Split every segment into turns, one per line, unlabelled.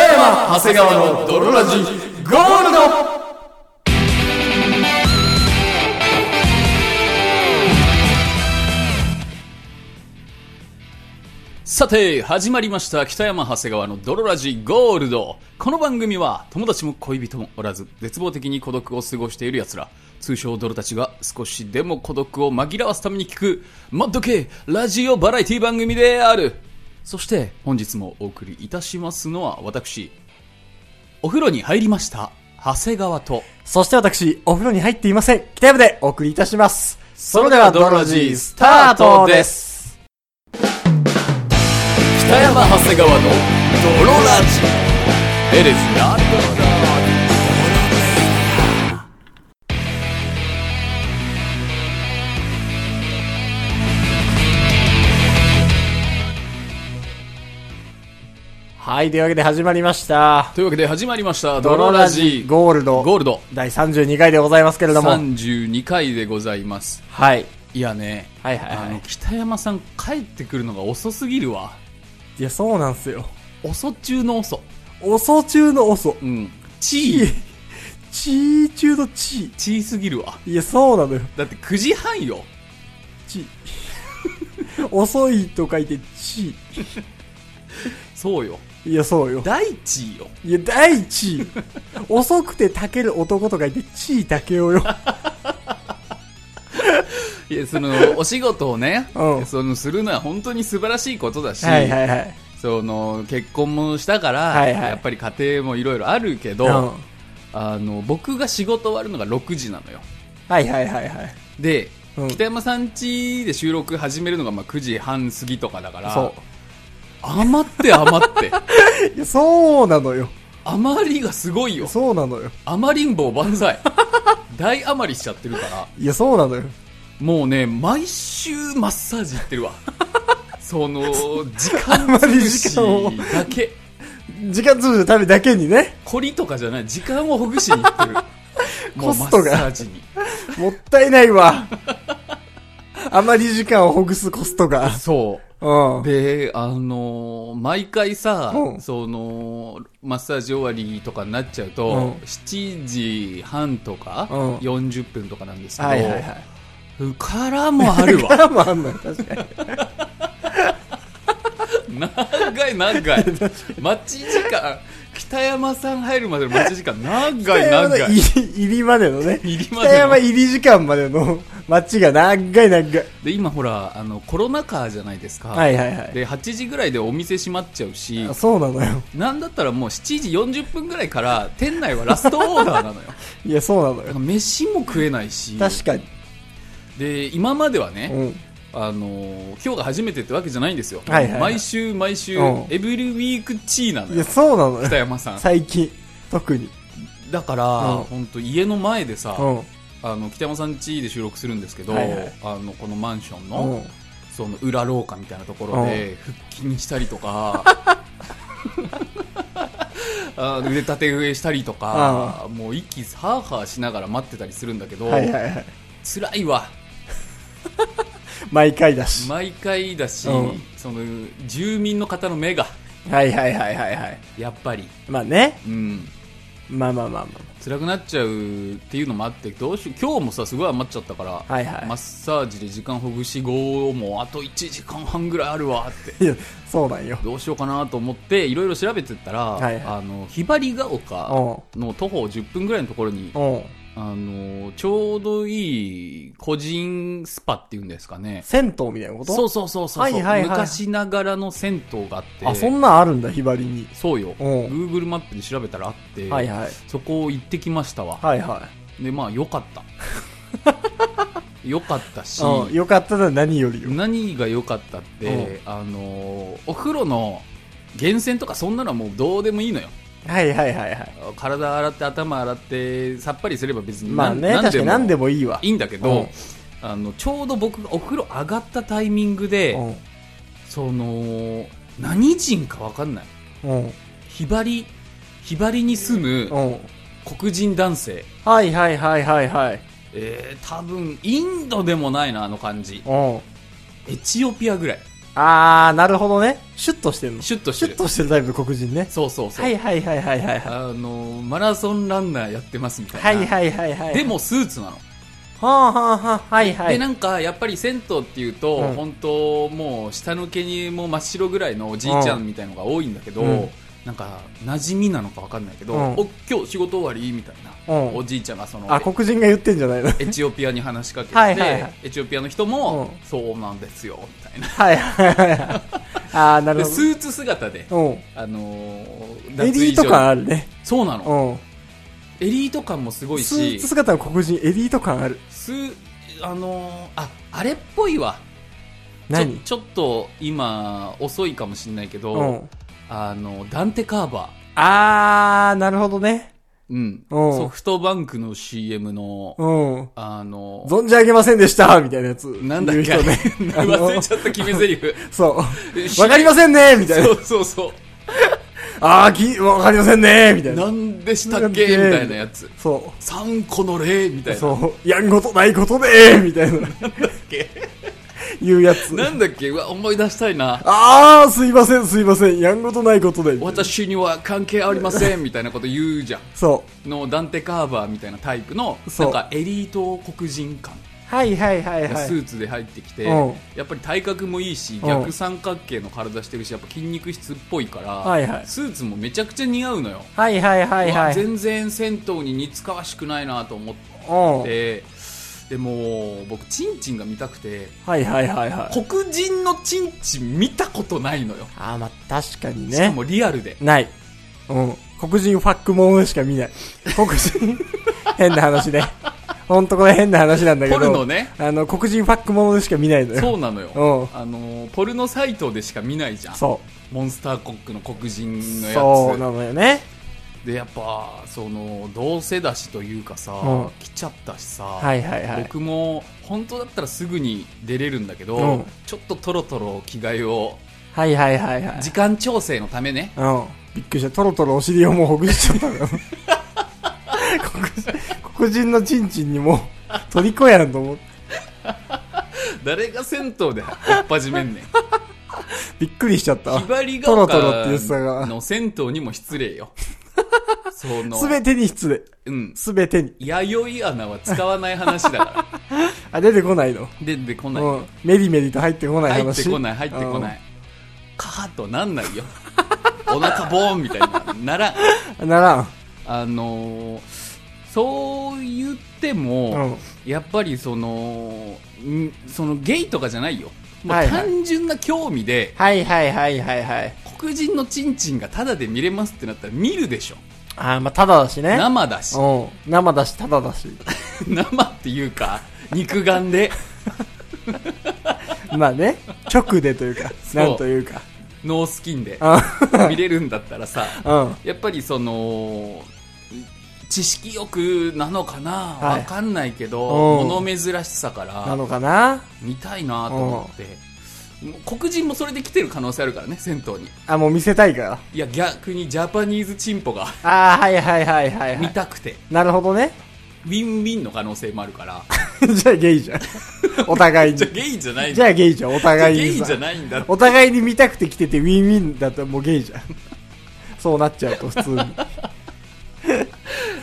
長谷川の泥ラジゴールド
さて、始まりました。北山長谷川の泥ラジゴールド。この番組は、友達も恋人もおらず、絶望的に孤独を過ごしている奴ら、通称泥たちが少しでも孤独を紛らわすために聞く、マッド系ラジオバラエティ番組である。そして、本日もお送りいたしますのは、私、お風呂に入りました、長谷川と、
そして私、お風呂に入っていません。北山でお送りいたします。そ
れでは泥ラジスタートです。北山長谷川の泥ラジ。エレスな
はい、というわけで始まりました。
というわけで始まりました、
ドロ
泥
ラ
ラ
ジ
ジ
ゴールド。
ゴールド
第32回でございますけれども。はい。
32回でございます。
はい
いやね、
はいはい
あ
は
の
い。
北山さん帰ってくるのが遅すぎるわ。
いや、そうなんすよ。
遅中の遅。
遅中の遅。
うん。
ち
ち
い。ちい中のちい。
ちいすぎるわ。
いや、そうなのよ。
だって9時半よ。
ちい。 遅いと書いてち
そうよ。
い。いや、そうよ。
大地よ。
いや、第一位。遅くてたける男とか言って、地位たけおよ。
いや、その、 お仕事をね、
うん
その、するのは本当に素晴らしいことだし、
はいはいはい。
その、結婚もしたから、
はいはい
やっぱり家庭もいろいろあるけど、
うん。
あの、僕が仕事終わるのが6時なのよ。
はいはいはいはい。
で、
うん
北山さん家で収録始めるのがまあ9時半過ぎとかだから
そ
余って余って
う。いや、そうなのよ。
余りがすごいよ
そうなのよ。
余りんぼう万歳大余りしちゃってるから
いや、そうなのよ。
もうね毎週マッサージ行ってる わその時
あ
間
まり
潰
時
し
間を
だけ
時間潰しのためだけにね、
コリとかじゃない時間をほぐしに行ってるも
コ
うマ
ス
ッ
トが
サージに
もったいな いわ。あまり時間をほぐすコストが。
そう
うん。
で、あのー毎回さ、
うん
その、マッサージ終わりとかになっちゃうと、
うん
7時半とか、
うん
40分とかなんですけど、
はいはいは
うからもある
い。
わ。
らもあんのよ、確かに。
長い 長い。待ち時間、北山さん入るまでの待ち時間、長い長い。
北山の入り入りまでのね。
入りま
北
で
山
の
入り時間までの街が長い長い。
で今ほらあのコロナ禍じゃないですか、
はいはいはい。
で8時ぐらいでお店閉まっちゃうし
あそうなのよ。
なんだったらもう7時40分ぐらいから店内はラストオーダーなのよ
いや、そうなの
だか。
よ
ら飯も食えないし
確かに。
で今までは
う
ね、
ん。
あのー今日が初めてってわけじゃないんですよ、
はいはいはい
毎週毎週、
うん
エブリウィークチーなの
いや、
よ
そうなのよ
北。山さん
最近、特に。
だから、
うん
本当家の前でさ、
うん。
あの北山さん家で収録するんですけど、
はいはい
あのこのマンションの,、
うん。
その裏廊下みたいなところで腹筋したりと かあの腕立て上したりとか、もう息ハーハーしながら待ってたりするんだけど、
はいはいはい。
辛いわ
毎回だし。
毎回だし、
うん
その住民の方の目が
はいはいはいはいはい。
やっぱり、
まあね。
うん、
まあまあまあま
辛くなっちゃうっていうのもあってどうしよう今日もさすごい余っちゃったから、
あ。はいは
マッサージで時間ほぐし後もうあと1時間半ぐらいあるわって
い。いや、そうなんよ。
どうしようかなと思っていろいろ調べてったら、
はいはい
あのひばりが丘
う
の徒歩10分ぐらいのところに、
ん。うん。
あのちょうどいい個人スパっていうんですかね
銭湯みたいなこと
そううそうそうそう、
はいはいはい
昔ながらの銭湯があって
あ、そんなんあるんだ、ひばりに。
そうよ。
うん
Google マップで調べたらあって、
はいはい。
そこ行ってきましたわ。
はいは
で、まあ、良かった。 良かったし、
い。うん。よかったら何よりよ。
何が良かったって、あのー、お風呂の源泉とかそんなのはもうどうでもいいのよ。
はいはいはいはい。
体洗って、頭洗って、さっぱりすれば別に
まあ
なん
ね、確かに何で
も
もいいわ。
いいんだけ
う
ど
ん、
あのちょうど僕がお風呂上がったタイミング
う
で、
ん。
その、何人かわかんない。
うん。
ひばり、ひばりに住む、
うん。
黒人男性、
はいはいはいはいはい。
えー、多分インドでもないなあの感じ
うん。
エチオピアぐらい
あー、なるほどね。シュッとしてるの。
シュッとし
シ
て
ュ
る
ッとしてるタイプの黒人ね。
そうそうそう、
はいはいはいはいはいはい。
あのマラソンランナーやってますみたいな、
はいはいはいはい。
で、もスーツなの、
はあはあはあ、はいはい。
でなんかやっぱり銭湯っていうと、
うん
本当もう下の毛にもう真っ白ぐらいのおじいちゃんみたいのが多いんだけど、
うん
なんか馴染みなのかわかんないけど、
うん
お今日仕事終わりみたいな、
うん
おじいちゃんがその
あ、黒人が言ってんじゃな いの
エチオピアに話しかけて
はいはいはい
エチオピアの人も、
う
そうなんですよみたいな
はいはいはいはい。あー、なる
で
ほ
スーツ姿で、
ど。うん。
あのー
エリー
脱衣所
ト感あるね。
そうなの
うん。
エリート感もすごい
ス
し
ーツ姿の黒人、エリート感ある。
すあのーああれっぽいわ
何
ちょちょっと今遅いかもしれないけど、
うん。
あのダンテ・カーバ
あー、なるほどね。
ー、うん、
うん
ソフトバンクの CM の、
うん。
あの
存じ上げませんでしたみたいなやつ。
なんだっけ、
言う人ねあの
忘れちゃった決め台詞
そう。
知
わ
ら
かりませんねみたいな
そ。うそうそ
あー、き、わかりませんねみた
う
いな。
なんでしたっけみたいなやつ
そ
3個の例みた
う。
いな
そう。やんごとないことでみたいな。
け
言うやつ。
なんだっけうわ思い出したいな
あー、すいません、すいません。やんごとないことで。みたいな
私には関係ありませんみたいなこと言うじゃん
そう。
のダンテ・カーバーみたいなタイプの
そ
な
うん
かエリート黒人感
はいはいはいは
ス
い。
ーツで入ってきて、
うん
やっぱり体格もいいし
うん
逆三角形の体してるしやっぱ筋肉質っぽいから、
はいはい
スーツもめちゃくちゃ似合うのよ、
はいはいはいうは
わ
い。
全然銭湯に似つかわしくないなと思っ
うん。はい
てでも僕チンチンが見たくて
はいはいはい。
黒人のチンチン見たことないのよ、
あー、まあ、確かに
しか
ね。
もリアルで
ない。うん。黒人ファックものしか見ない。黒人、変な話ね。ほんとこれ変な話なんだけ
ポ
ど。
ルノね
あの、黒人ファックものでしか見ないのよ。
そうなのよ、
う
あのーポルノサイトでしか見ないじゃん
そ
モンスターコックの黒人
う。
の
そう
や
なのよね。
つでやっぱその同世だしというかさ、
うん
来ちゃったしさ、
はいはいはい。
僕も本当だったらすぐに出れるんだけど、
うん
ちょっとトロトロ着替えを
はいはいはいはい。
時間調整のためね
うん。びっくりした。トロトロお尻をもうほぐしちゃったの よ。黒人黒人のチンチンにもう、虜やんと思って。
誰が銭湯で追っ始めん ねん
びっくりしちゃった
ひ。ばりが
トロト
丘
ロって言ってたが
の銭湯にも失礼 よその
すべてに失礼。
うん
すべてに。
弥生穴は使わない話だ から
あ、出てこないの。
出てこない、
うん。メリメリと入ってこない
入っ
話。
てこない入ってこないカーッとなんないよ お腹ボーンみたいにならん
うん。ならん。
あのーそう言って
う
も、
ん。
やっぱりそのんそのゲイとかじゃないよも
は
う
いはい
単純な興味で、
はいはいはいはいはい。
黒人のチンチンがタダで見れますってなったら見るでしょ
あーまあ、ただだしね。
生だし
うん。生だし、ただだし。
生っていうか肉眼で
まあね。直でというか、
そう
なんというか。
ノースキンで
う
見れるんだったらさ
ん。うん。
やっぱりその知識欲なのかな、わ
はい
かんないけど
うん
物珍しさから
なのかな
見たいなと思って、もう黒人もそれで来てる可能性あるからね銭湯に
あ、もう見せたいから。
いや逆にジャパニーズチンポが
あーはいはいはいはい、は
見
い。
たくて、
なるほどね。
ウィンウィンの可能性もあるから
じゃあゲイじゃん。お互いに
じゃ。あゲイじゃないん
じ
だ
ゃあゲイじゃん、お互い
ゲ
に
イ
さ
じゃないんだ
お互いに見たくて来ててウィンウィンだったらもうゲイ じゃん。そうなっちゃうと普通に。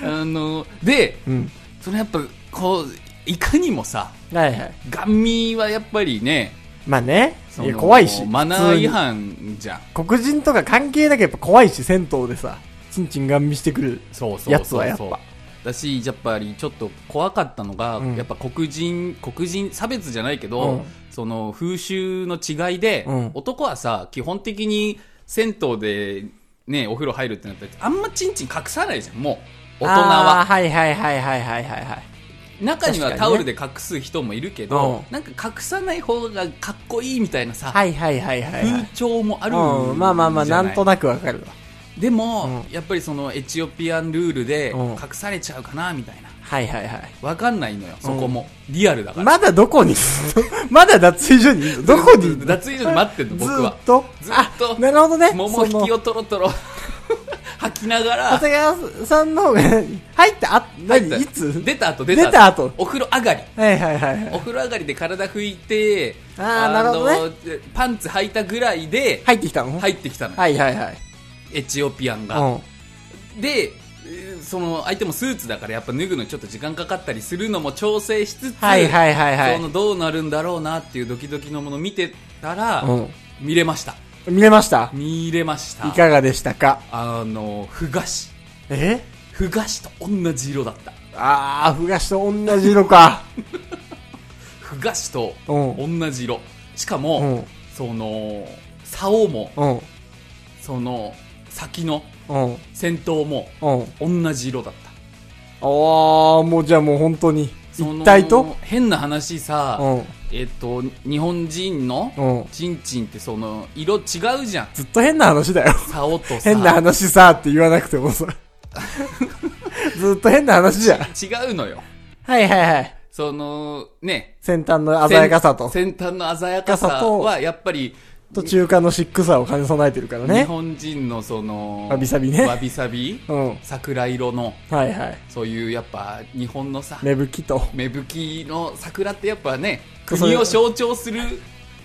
あので
うん。
そのやっぱこういかにもさ
はいはい。
ガン見はやっぱりね
まあね。
そ
い
の
や怖いし。
マナー違
普
反じゃん
通に。黒人とか関係なくやっぱ怖いし、銭湯でさ、チンチンガン見してくる。
そうそうそう
やつはやっぱ
だしやっぱりちょっと怖かったのが、
うん
やっぱ黒人黒人差別じゃないけど、
うん
その風習の違いで、
うん
男はさ基本的に銭湯でねお風呂入るってなったらあんまちんちん隠さないじゃんもう大人
あー
は
はいはいはいはいはいはいはい。
中には
確か
タ
に
オ
ね
ルで隠す人もいるけど、
うん
なんか隠さない方がかっこいいみたいなさ、
はいはいはいはいはい。
風潮もある
うん、まあまあまあ、
じゃ
なんとなくわかるわ。
でも、
う
やっぱりそのエチオピアンルールで
うん
隠されちゃうかなみたいな
はいはいはい。
わかんないのよ、そこも。リアルだから。
まだどこに まだ脱衣所にいるのどこにいるの
脱衣所で待ってんの、
ず
僕
ー
は
っ。と
ずーっと
あなるほどね
桃引き
その
をトロトロ、履ききなが
長
ら、
谷川さんの方が、入った、あ、何
入
い
った
つ
出た後、出
出た後
お風呂上がり。
はいはいはいはい。
お風呂上がりで体拭いて、
あーなるほど
のパンツ履いたぐらいで、
入ってきたの
入ってきたのよ、
はいはいはい。
エチオピアンが。
うん。
で、えーその相手もスーツだからやっぱ脱ぐのちょっと時間かかったりするのも調整しつつ、
はいはいはいはい
そのどうなるんだろうなっていうドキドキのもの見てたら、
うん
見れました。
見れました
見れました
い。かがでしたか
あの、ふがし。
え
ふがしと同じ色だった。
あー、ふがしと同じ色か。
ふがしと
う
同じ色。しか
う
も、
ん。
その、竿も、
うん。
その、先の
うん。
先頭も
うん。
同じ色だった。
ああ、もうじゃあもう本当に、
その
一体と
変な話
う
さ、
ん。
えっと、日本人の
うん。
チンチンってその、色違うじゃん。
ずっと変な話だよ。
竿とさ。
変な話さって言わなくても さ。ずっと変な話じゃん。
違うのよ。
はいはいはい。
その、ね。
先端の鮮やかさと、
先先端の鮮やか
鮮やかさ
さ
と
は、やっぱり、
と中間のシックさを兼ね備えてるから
日
ね。
本人のその、
わびさびね
わびさび
うん。はい
桜色の、
はい。
そういうやっぱ日本のさ、
芽吹きと。
芽吹きの桜ってやっぱね、
そう
国を象徴する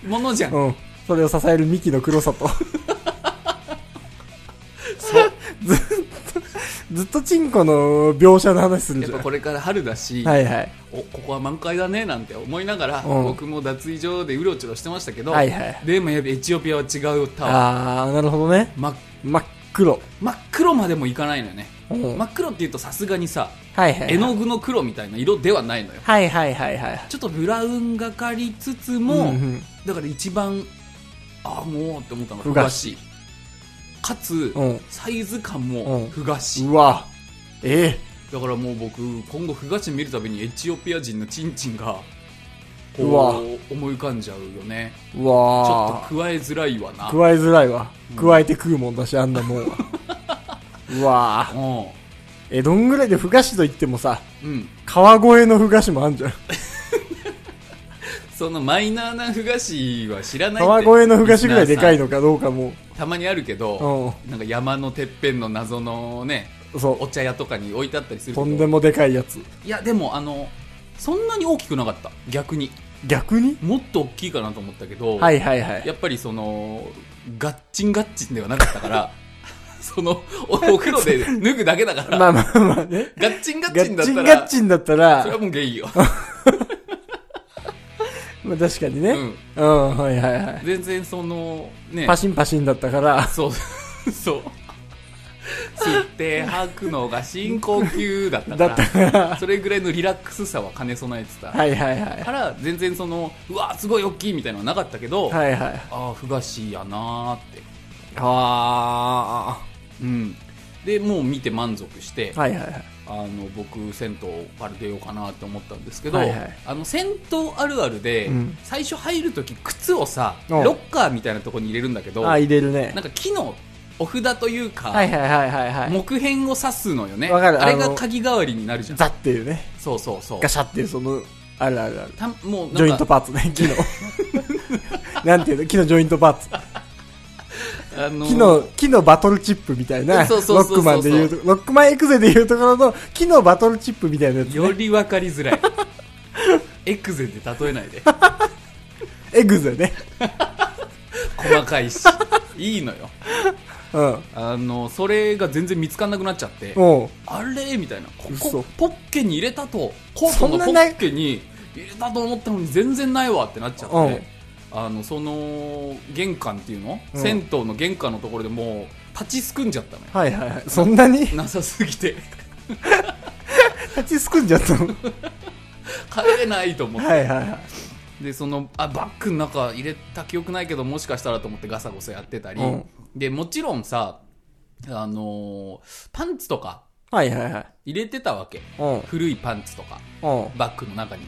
ものじゃん。
うん。それを支える幹の黒 さと。
そう。
ずっと、ずっとチンコの描写の話する
やっ
じゃ
ぱ
ん。
これから春だし、
はいはい。
おここは満開だねなんて思いながら、
うん
僕も脱衣所でうろちょろしてましたけど、
はいはい
でもやっぱエチオピアは違うタワー
あー、なるほどね。
真
真っ黒。
真っ黒までもいかないのよね、
うん
真っ黒っていうとさすがにさ
はいはい。
絵の具の黒みたいな色ではないのよ
はいはいはいはい。
ちょっとブラウンがかりつつも、
うんうん
だから一番ああもうって思ったのが
ふ
ふ
が
がしかつ、
うん
サイズ感
う
も
ん
ふがし、
うわ。ええ
だからもう僕今後ふがし見るたびにエチオピア人のチンチンがこう
うわ
思い浮かんじゃうよね
う
ち
わ
ょっと加えづらいわな
加えづらいわ。加えて食うもんだし、あんな もんは。うわぁ。
う
え、どんぐらいで、ふがしと言ってもさ、
ん、うん、
川越のふがしもあんじゃん。
そのマイナーなふがしは知らないっ
川
て
越のふがしぐらいでか
リ
い
スナー
のかどうかも。
さんたまにあるけどなんか山のてっぺんの謎のねお
そ
茶屋とかに置いてあったりす
う。
る
と
け
んで
ど
もでかいやつ。
いやでもあのそんなに大きくなかった逆に
逆に
もっと大きいかなと思ったけど、
はいはいはい。
やっぱりそのガッチンガッチンではなかったから そのおお風呂で脱ぐだけだから、
まあまあまあね。
ガッチンガッ
ガ
チンだ
ッ
っ
チン
た
ガ
ら
ッチンだったら
それ、はもうゲイよ、
まあ確かにね。
う
うん
ん、
はいはいはい。
全然そのね
パシンパシンだったから、
そうそう吸って吐くのが深呼吸だったか
だ
ら
ったから、
それぐらいのリラックスさは兼ね備えてた、
はいはいはい。
から全然そのうわすごい大きいみたいなのはなかったけど、
はいはい。
ああふがしやなーって
あ
うんでもう見て満足して、
ー。はいはいはい。
あの僕銭湯パル出ようかなって思ったんですけど、
はいはい
あの銭湯あるあるで、
うん
最初入るとき靴をさ
う
ロ
ん
ッカーみたいなところに入れるんだけど
あー、入れるね
な。んか木のお札というか、
はいはいはいはいはい。
木片を刺すのよね
わかる
あれ
あ
が
の
鍵代わりになるじゃん
ザっていうね。
そうそうそう
ガシャっていうその、あるあるある。
たもうなんか
ジョイントパーツね、木の。 なんていうの木のジョイントパーツ。
あのー
木の、木のバトルチップみたいな。
そ
ロ
うそう
ッ
そうそう
クマンでいうと、ロックマンエクゼでいうところの木のバトルチップみたいなやつ。
より分かりづ らいエクゼで例えないで
エグゼね。
細かいし いいのよ
うん。
あのそれが全然見つかんなくなっちゃって
も
あれみたいなこ
嘘
こポッケに入れたとコートの
そ
ポ
んなない
ッケに入れたと思ったのに全然ないわってなっちゃ
う
っ
ん
てあのその玄関っていうの、
うん
銭湯の玄関のところでもう立ちすくんじゃったのよ
う。はいはいはい。そんなに
なさすぎて
立ちすくんじゃったの
帰れないと思って、
はいはいはい。
でそのあバッグの中入れた記憶ないけどもしかしたらと思ってガサゴサやってたり、
うん
でもちろんさあのーパンツとか
はいはいはい。
入れてたわけ
うん。
古いパンツとか
う
バッグの中に
ん。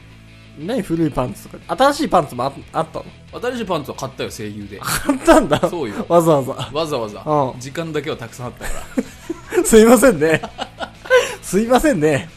何古いパンツとか。新しいパンツもああったの
新しいパンツは買ったよ声 優で
買ったんだ。
そうよ
わざわざ。
わざわざ
うん
時間だけはたくさんあったから
すいませんね。すいませんね。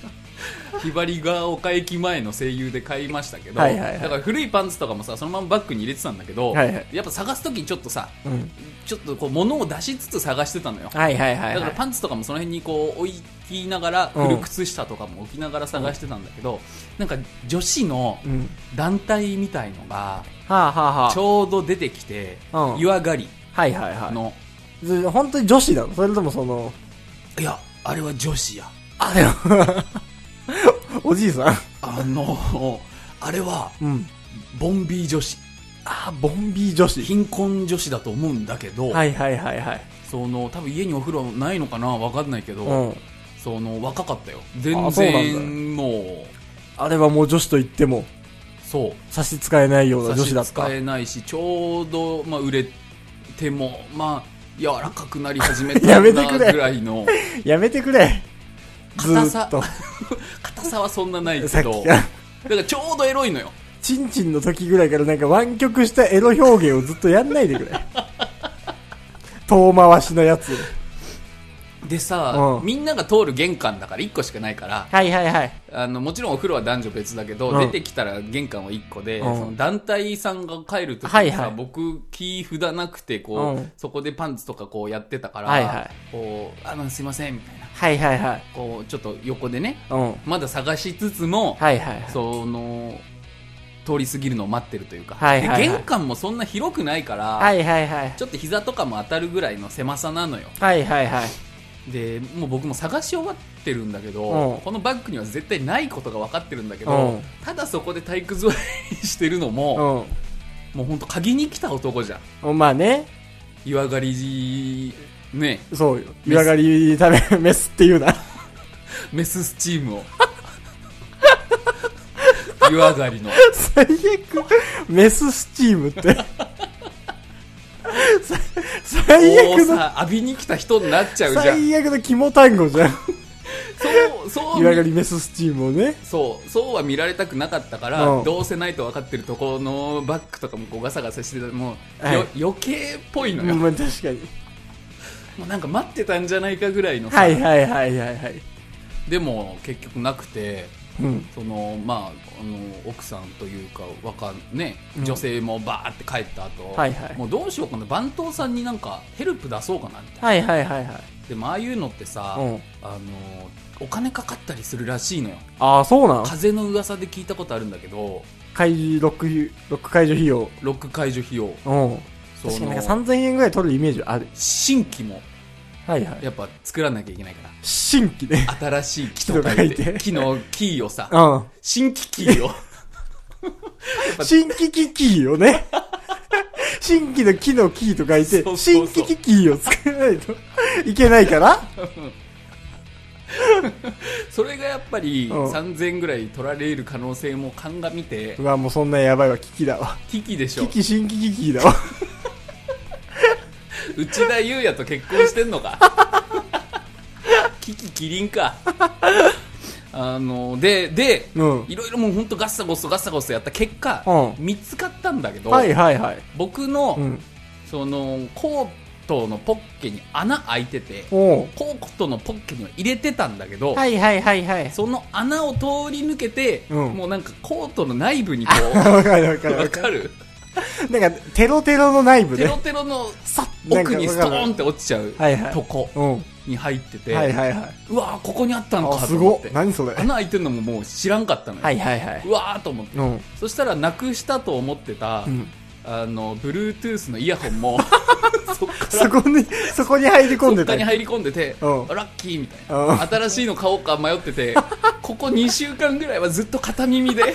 ひばりが丘駅前の声優で買いましたけど、
はいはいはい
だから古いパンツとかもさそのままバッグに入れてたんだけど、
はいはい
やっぱ探す時にちょっとさ
うん。
ちょっとこう物を出しつつ探してたのよ
はいはいは
だ
い、
か
は
ら
い。
パンツとかもその辺にこう置きながら
うん
古靴下とかも置きながら探してたんだけど、なんか女子の
うん。
団体みたいのが
はあはあはあ。
ちょうど出てきて、
うん
湯上がり
はいはいは
の、
いず。本当に女子なのそれともその、
い、やあれは女子や
あ れおじいさん
あのあれは
うん。
ボンビー女子
ああ、ボンビー女子。
貧困女子だと思うんだけど、
はいはいはいはい。
その多分家にお風呂ないのかなわかんないけど、
うん。
その若かったよ
あ
全
そうなんだ
然もう
あれはもう女子と言っても
そう
差し支えないような女子
差
だっ。
した使えないしちょうど、まあ、売れても、まあ、柔らかくなり始めた
や
な
めてくれ
ぐらいの
やめてくれ。ず
硬
ー
さ
っと。
硬さはそんなない
さ
け
っ
ど
き
だ
か
かららちょうどエロいのよ
チンチンの時ぐらいからなんか湾曲したエロ表現をずっとやんない でくれ。遠回しのやつ。
でさ、
うん
みんなが通る玄関だから1個しかないから
はいはいはい。
あのもちろんお風呂は男女別だけど、
うん
出てきたら玄関は1個で、
うん
その団体さんが帰るときにさ、
はいはい
僕木札なくてこう、
うん
そこでパンツとかこうやってたから、
はいはい
こうあのすいませんみたいな
はいはいはい。
こうちょっと横でね
うん。
まだ探しつつも、
はいはい。
その通り過ぎるのを待ってるというか、
はいはいはい
で玄関もそんな広くないから、
はいはいはい。
ちょっと膝とかも当たるぐらいの狭さなのよ
はいはいはい。
でもう僕も探し終わってるんだけど、
うん
このバッグには絶対ないことが分かってるんだけど、
うん
ただそこで体育座りしてるのも、
う
もうほんと鍵に来た男じゃん
ん。まあね。
湯上がりね
そうよ。湯上がり食べ、メスって言うな。
メススチー ムを湯上がりの
最悪。メススチームって。さ最
こう
悪の、
さ浴びに来た人になっちゃうじゃん
最悪の肝単語じゃん。
そうそう
湯上がりメススチームをね。
そうそうは見られたくなかったから、
うん
どうせないと分かってるとこのバッグとかもこうガサガサしてたもう、
はい
よ余計っぽいの
う
よ、
ん、
も
まあ確かに。
うなんか待ってたんじゃないかぐらいのさ、
はいはいはいはいはい。
でも結局なくて
うん。
そのまああの奥さんというかわかんね
うん
女性もバーって帰った後、
はいはい
もうどうしようかな番頭さんになんかヘルプ出そうかなみたいな
はいはいはいはい。
でもああいうのってさ、
うん。
あのお金かかったりするらしいのよ
ああ、そうなの
風の噂で聞いたことあるんだけど
会ロック、ロック解除費用。
ロック解除費用
うん。
その
確かになんか3000円ぐらい取るイメージある。
新規も
はいはい。
やっぱ作らなきゃいけないか
新規ね。
ら新しい木と書い
木と書い
て
て
木のキーをさ
うん。
新規キーを
新規キキーを ね。新規の木のキーと書いて
そう、そう
新
そう
規キキーを作らないといけないから、
それがやっぱり
うん
3000円ぐらい取られる可能性も鑑みて
うわ、もうそんなやばいわ、キキだわ。
キキでし
キ
ょ
キ、新規キキーだ わ。
内田裕也と結婚してんのか キキキリンかあのでで
うん。
いろいろもう本当ガッサゴソガッサゴソやった結果、
う
見つかったんだけど、
はいはいはい。
僕の、
うん。
そのコートのポッケに穴開いてて、
おう
コートのポッケには入れてたんだけど、
はいはいはいはい。
その穴を通り抜けて、
うん
もうなんかコートの内部にこ
わかるわか
う
るわ
わ
か
かる
る。なんか、テロテロの内部
テロ
ね。
テロの
さっ
奥にストーンって落ちちゃう
はいはい
とこ
うん。
に入ってて、
はいはいはい。
うわーここにあったの
あ、
か
す
と思
ご
っ
い
て。
何それ。
穴開いてるのももう知らんかったのよ、。
はいはいはいう
わーと思って、
うん。
そしたらなくしたと思ってた、
うん。
あの Bluetooth のイヤホンもそっから
そこに、そこに入り込んで
他
た。
に入り込んでて、
うん
ラッキーみたいな、
うん
新しいの買おうか迷っててここ2週間ぐらいはずっと片耳で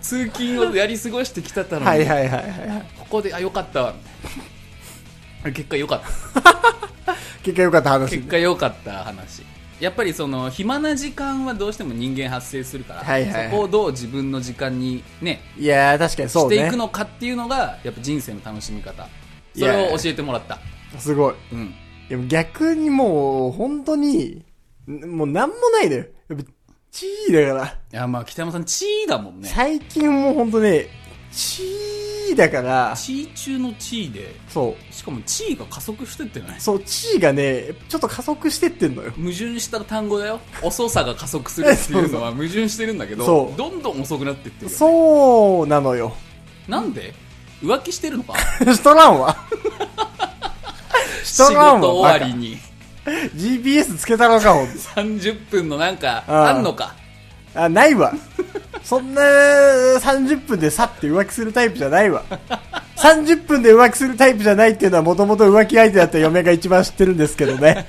通勤をやり過ごしてきたたのに、
はいはいはいはいはい。
ここであよかったわみたいな結果良か った
結果良かった話。
結果良かった話やっぱりその暇な時間はどうしても人間発生するから、
はいはいはい
そこをどう自分の時間にね
いやー、確かにそ
し
うね。
ていくのかっていうのがやっぱ人生の楽しみ方
い
そ
や
れを教えてもらった
すごい。
うん
でも逆にもう、本当に、んもうなんもないのよ。やっぱ、チーだから。
いやまあ北山さん地位だもんね
最近もう本当ね、チー地位だから、
地位中の地位で
そ。
しかも地位が加速してってないう
そう、地位がね、ちょっと加速してってんのよ。
矛盾した単語だよ遅さが加速するっていうのは矛盾してるんだけど
そう
どんどん遅くなってってるよ
そうなのよ。
なんで浮気してるのか
しとらんわ。し
仕
とらんわ。
事終わりに
バカ GPS つけたのか、ほんと
30分のなんか
あ
あ
あ
んのか
あ、ないわ。そんな30分でさって浮気するタイプじゃないわ。30分で浮気するタイプじゃないっていうのはもともと浮気相手だった嫁が一番知ってるんですけどね。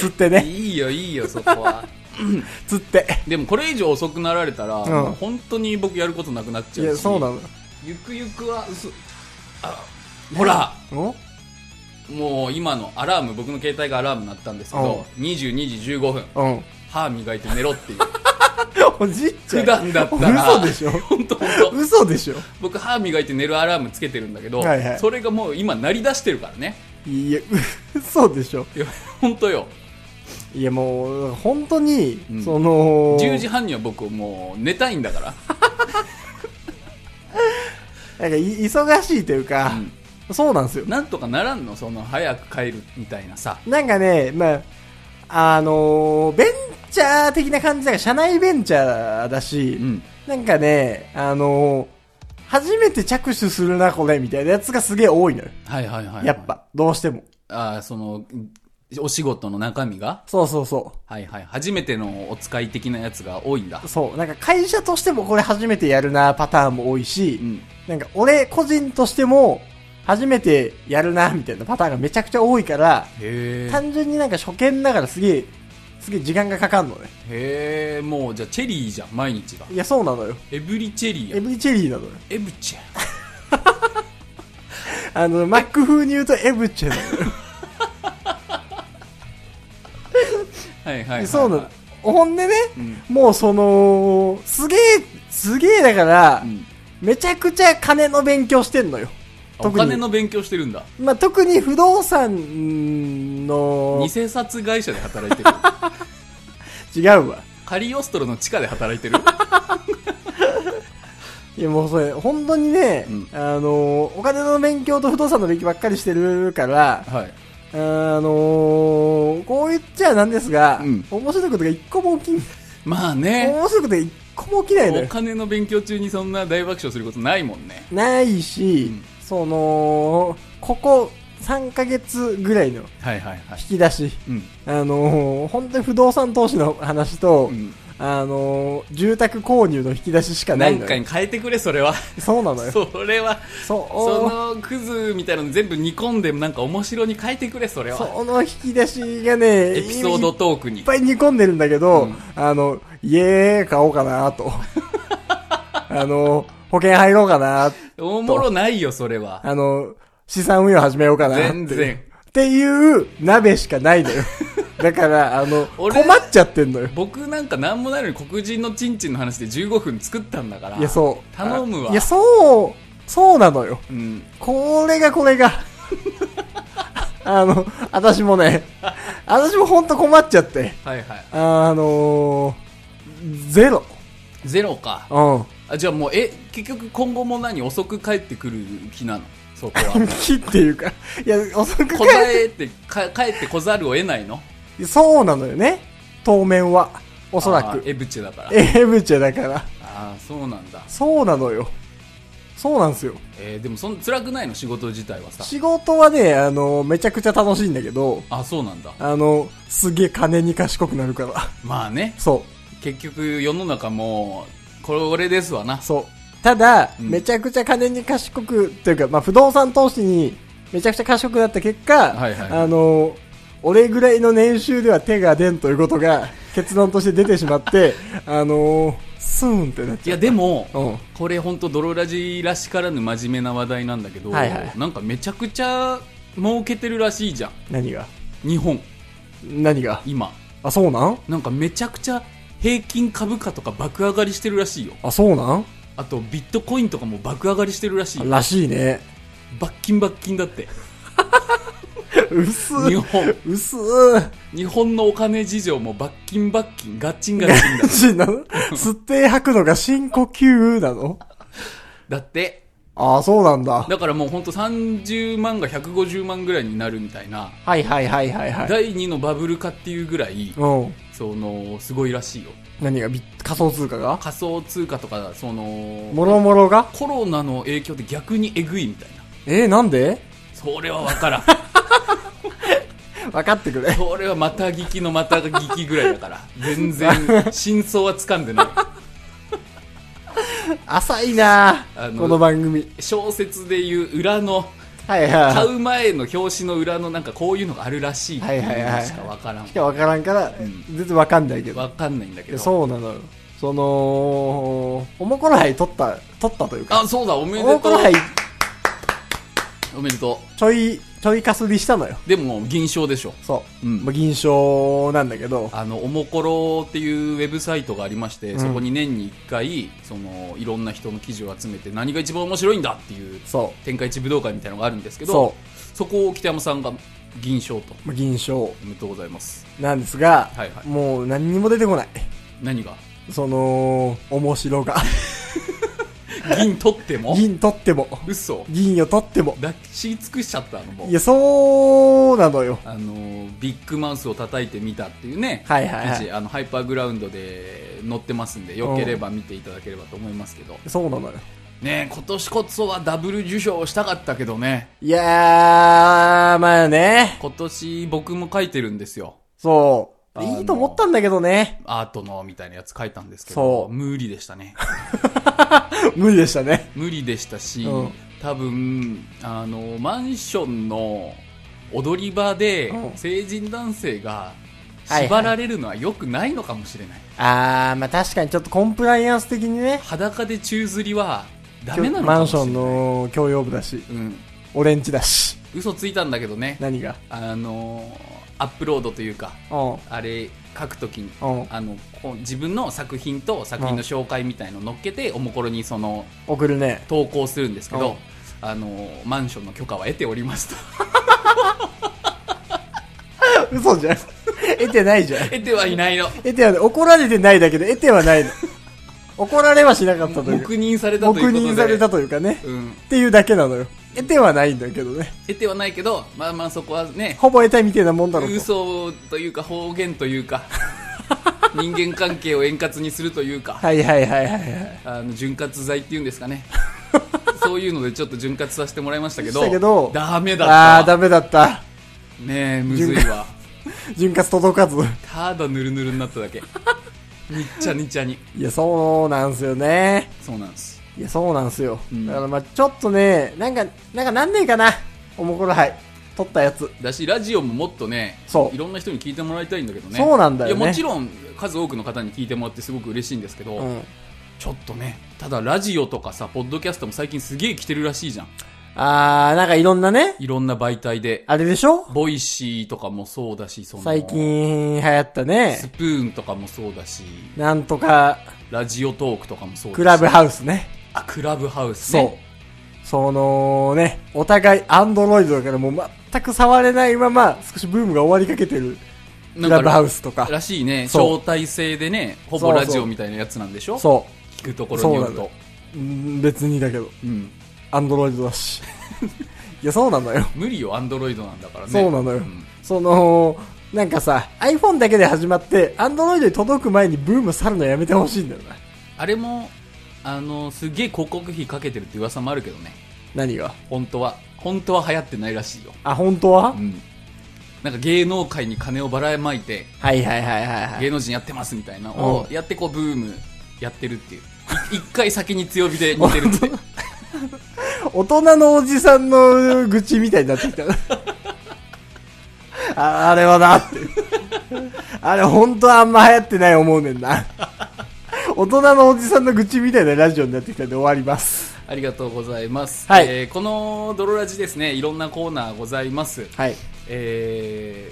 つって
い
ね。
いよいいよそこは
つって。
でもこれ以上遅くなられたら、
ん
もう本当に僕やることなくなっち
い
ゃうし
や、そうなの。
ゆくゆくは嘘あほら
お
もう今のアラーム僕の携帯がアラーム鳴ったんですけど22時15分
うん。
歯磨いて寝ろっていう
おじいちゃん。
普段だったら
嘘でしょ
本当本当
嘘でしょ
僕歯磨いて寝るアラームつけてるんだけど、
はいはい
それがもう今鳴り出してるからね
いや、 嘘でしょ
いや本当よ
いや、もう、本当に、
うん
その、
10時半には僕もう寝たいんだから
なんかい、忙しいというか、そうなんですよ。
なんとかならんのその早く帰るみたいなさ
なんかね、まあ、あのーベンチャー的な感じだから、社内ベンチャーだし、
うん
なんかね、あのー初めて着手するな、これ、みたいなやつがすげえ多いのよ。
はいはいはいはい、
やっぱ、どうしても。
あーそのお仕事の中身が
そうそうそ
はいはい初めてのお使い的なやつが多いんだ
う。そう。なんか会社としてもこれ初めてやるなパターンも多いし、
うん
なんか俺個人としても初めてやるなみたいなパターンがめちゃくちゃ多いから、
へ
単純になんか初見だからすげえ、すげえ時間がかかんのね。
えへえもうじゃあチェリーじゃん毎日が
いや、そうなのよ。
エブリチェリーや
エブリチェリーなのよ。
エブチェ
あの、マック風に言うとエブチェなのよ。
はいはいはい、はい、
そうなの。ほんでね、
うん
もうその、すげえ、すげえだから、
うん
めちゃくちゃ金の勉強してんのよ。
お
特
金
に、
の勉強してるんだ
まあ、特に不動産の、
偽札会社で働いてる
違うわ。
カリオストロの地下で働い てる
いやもうそれ、本当にね、
うん
あの、お金の勉強と不動産の勉強ばっかりしてるから、
はい
あの、こう言っちゃなんですが、
うん
面白いことが一個も起きん、
まあね
面白いことが一個も起きないの
お
よ。
金の勉強中にそんな大爆笑することないもんね
ないし、
うん
その、ここ3ヶ月ぐらいの
はいはいはい
引き出し、
うん
あの、本当に不動産投資の話と、
うん
あの、住宅購入の引き出ししかな
ないん
の
か
よ
に。変えてくれそれは
そうなのよ。
それは
そう
そのクズみたいなの全部煮込んでなんか面白に変えてくれそれは
その引き出しがね、
エピソードトーク
い
に
っぱい煮込んでるんだけど、
うん
あの、家買おうかなと。 あの、保険入ろうかな。
おもろないよそれは
あの、資産運用始めようかなって。
全然
っていう鍋しかない のよ。だから、あの、困
俺
っちゃってんのよ。
僕なんか何もないのに黒人のチンチンの話で15分作ったんだから
いや、そう。
頼むわ
いや、そう、そうなのよ。
う、ん、
これがこれが。 あの、私もね、私もほんと困っちゃって。
はいはい
あのー、ゼロ。
ゼロか
うん。
あじゃあもうえ結局今後も何遅く帰ってくる気なのそこは
木っていうか、いや、 遅く帰
こざえてか帰ってこざるを得ないの
る。そうなのよね。当面は。お
お
そらく。
エブチェだから
エブチェだから。
ああそうなんだ、
そうなのよ。そうなんですよ。
えーでもそん辛くないの仕事自体はさ
仕事はね、あの、めちゃくちゃ楽しいんだけど、
あそうなんだ
あの、すげえ金に賢くなるから。
まあね
そ
結局世の中もうこれですわな
う、そう。ただ、
うん
めちゃくちゃ金に賢く、というか、まあ、不動産投資にめちゃくちゃ賢くなった結果、
はいはい
あの、俺ぐらいの年収では手が出んというこ とが結論として出てしまって、あの、スーンってなっちゃう
いやでも、
うん
これ本当ドロラジらしからぬ真面目な話題なんだけど、
はいはい
なんかめちゃくちゃ儲けてるらしいじゃん
何が
日本
何が
今
あ、そうなん
なんかめちゃくちゃ平均株価とか爆上がりしてるらしいよ
あ、そうなん
あとビットコインとかも爆上がりしてるらしいよ
らしいね。
バッキンバッキンだって
薄
日本
薄
日本のお金事情もバッキンバッキンガッチンガッチン だ
なの吸って吐くのが深呼吸なの
だって
ああ、そうなんだ。
だからもうほんと30万が150万ぐらいになるみたいな、
はいはいはいはいはい。
第2のバブル化っていうぐらい、
うん。
その、すごいらしいよ。
何が、ビ仮想通貨が
仮想通貨とか、その、
もろもろが
コロナの影響で逆にえぐいみたいな。
えー、なんで
それはわ からん。
分かってくれ。
それはまた聞きのまた聞きぐらいだから。全然、真相は掴んでない。
浅いな
あの
この番組。
小説でいう裏の、
はいはい。
買う前の表紙の裏のなんかこういうのがあるらしいって
はい
い
はいうは
の
い
しかわからん
し。か分からんから、全然分かんないけど。
わかんないんだけ
いや
ど。
そうなのよ。その、おもころ杯取った、取ったというか。
あ、そうだ、おめ
お
で
もことろ
う
杯。
おめでと
ちょい、ちょいかすりしたのよ。
う。でも、銀賞でしょ。
そう。
うん
まあ、銀賞なんだけど。
あの、おもころっていうウェブサイトがありまして、
ん
そこに年に1回、その、いろんな人の記事を集めて、何が一番面白いんだっていう、
そ
天下一武道会みたいなのがあるんですけ
う。
ど、
そ
そこを北山さんが銀賞と。
う。まあ、銀賞
おめでとうございます。
なんですが、
はいはい
もう何にも出てこない。
何 が
その、面白が。
銀取っても
銀取っても。
嘘
銀を取っても。
抱き尽くしちゃったのもう
いや、そうなのよ。
あのービッグマウスを叩いてみたっていうね、
はいはいはい
記事あのハイパーグラウンドで載ってますんでよければ見ていただければと思いますけど、
そうなのよ。
ねえ今年こそはダブル受賞したかったけどね
いやー、まあね。
今年僕も書いてるんですよ
そう。
あの
いいと思ったんだけどね。
アートのみたいなやつ書いたんですけ
そ
ど
う
無理でした ね
無理でしたね。
無理でしたし、
うん
多分あのマンションの踊り場で
うん
成人男性が
はいはい
縛られるのは良くないのかもしれない、
あー、まあ確かにちょっとコンプライアンス的にね。
裸で宙吊りはダメなのか
マ
も
ン
し
シ
れな
ョ
い
ンの共用部だし、
うん、
俺んちだし。
嘘ついたんだけどね、
何が
あのーアップロードというか、
うん。うん。
あれ、書くときに、
うん
あのこう自分の作品と作品の紹介みたいの乗っけて、おもころにその
送るね。
投稿するんですけ
う
ど
ん、
あのーマンションの許可は得ておりますと、
嘘じゃん。 得てないじゃん。
得てはいないの、
得てはない。怒られてないだけで得てはないの。 怒られはしなかったというか
黙。認されたと
黙
いうことで、
認されたというかね。
うん、
っていうだけなのよ。得てはないんだけどね。
得てはないけど、まあまあ、そこはね、
ほぼ得たみたいなもんだろうと。
嘘というか、方言という か、人間関係を円滑にするというか。
はいはいはいはいはい。
あの潤滑剤っていうんです かねそういうのでちょっと潤滑させてもらいましたけど
したけど
ダメだった
あー、ダメだった。
ねえむずいわ
潤滑届かず。
ただぬるぬるになっただ けにっちゃにちゃに
いや、そうなんすよね。
そうなんです
いや、そうなんすよ。
うん
だからまあちょっとね、なんか、なんかなんねえかな。おもころ杯。取ったやつ。
だしラジオももっとね
そう
ろんな人に聞いてもらいたいんだけどね
そうなんだよね
いやもちろん数多くの方に聞いてもらってすごく嬉しいんですけど、
うん。
ちょっとねただラジオとかさポッドキャストも最近すげえ来てるらしいじゃん
あー、なんかいろんなね、
いろんな媒体で
あれでしょ
ボイシーとかもそうだしその
最近流行った
ス
ね、
プーンとかもそうだし
なんとか、
ラジオトークとかもそうです
クラブハウスね。
あクラブハウス
そう
ね。
そのね、お互いアンドロイドだからもう全く触れないまま少しブームが終わりかけてる
なんか。
クラブハウスとから
しいね
そう
招待制でねほ
そ
ぼ
うそう
ラジオみたいなやつなんでしょ
そ
聞くところによる
そうな
と
のう。うん別にだけど、
うん
アンドロイドだし。 いや、そうなのよ。
無理よアンドロイドなんだからね
そうなのよ
ん
その、なんかさ、iPhone だけで始まって、アンドロイドに届く前にブーム去るのやめてほしいんだよな。
あれもあのすげえ広告費かけてるって噂もあるけどね
何が
本当は本当は流行ってないらしいよ
あ、本当は、
うんなんか芸能界に金をばらまいて
はいはいはいはいはい。
芸能人やってますみたいなのを
う
やってこうブームやってるっていうい一回先に強火で 似てるって
大人のおじさんの愚痴みたいになってきた。 ああれはなって。あれ本当はあんま流行ってない思うねんな。 大人のおじさんの愚痴みたいなラジオになってきたんで終わります。
ありがとうございます、
はい
えーこの「ドロラジ」ですねいろんなコーナーございます
はい。
え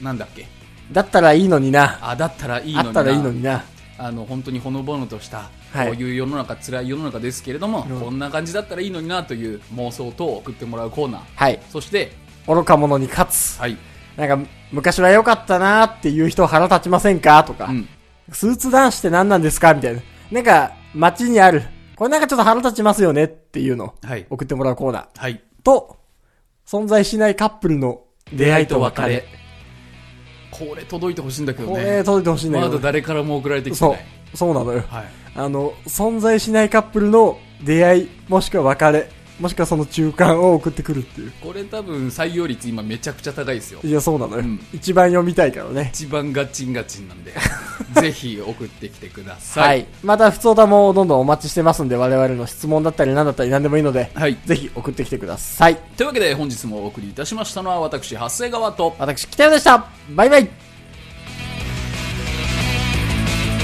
ー、なんだっけ
だったらいいのにな。
あだったらいいのにな
あったらいいのにな。
あの本当にほのぼのとした、
はい
こういう世の中辛い世の中ですけれども、
うん
こんな感じだったらいいのになという妄想等を送ってもらうコーナー
はい。
そして
愚か者に勝つ。
はい、
なんか、昔は良かったなーっていう人腹立ちませんかとか、
うん
スーツ男子って何なんですかみたいな。なんか、街にある、これなんかちょっと腹立ちますよねっていうの
はい
送ってもらうコーナー。
はい。
と、存在しないカップルの出会いと別れ。。
これ届いてほしいんだけど
こ
ね
れ。届いてほしいんだ
ま
け
だ
ど。
誰からも送られてきて
そ
ない。
う。そうなのよ。
はい。
あの、存在しないカップルの出会い、もしくは別れ、もしくはその中間を送ってくるっていう。
これ多分採用率今めちゃくちゃ高いですよ。
いや、そうなのよ。
うん
一番読みたいからね。
一番ガチンガチン なんで、ぜひ送ってきてくだ
は
さい。
い。また、普通歌もどんどんお待ちしてますんで、我々の質問だったり何だったり何でもいいので、
はい。
ぜひ送ってきてください。
というわけで本日もお送りいたしましたのは私、長谷川と、
私、北山でしたバイバイ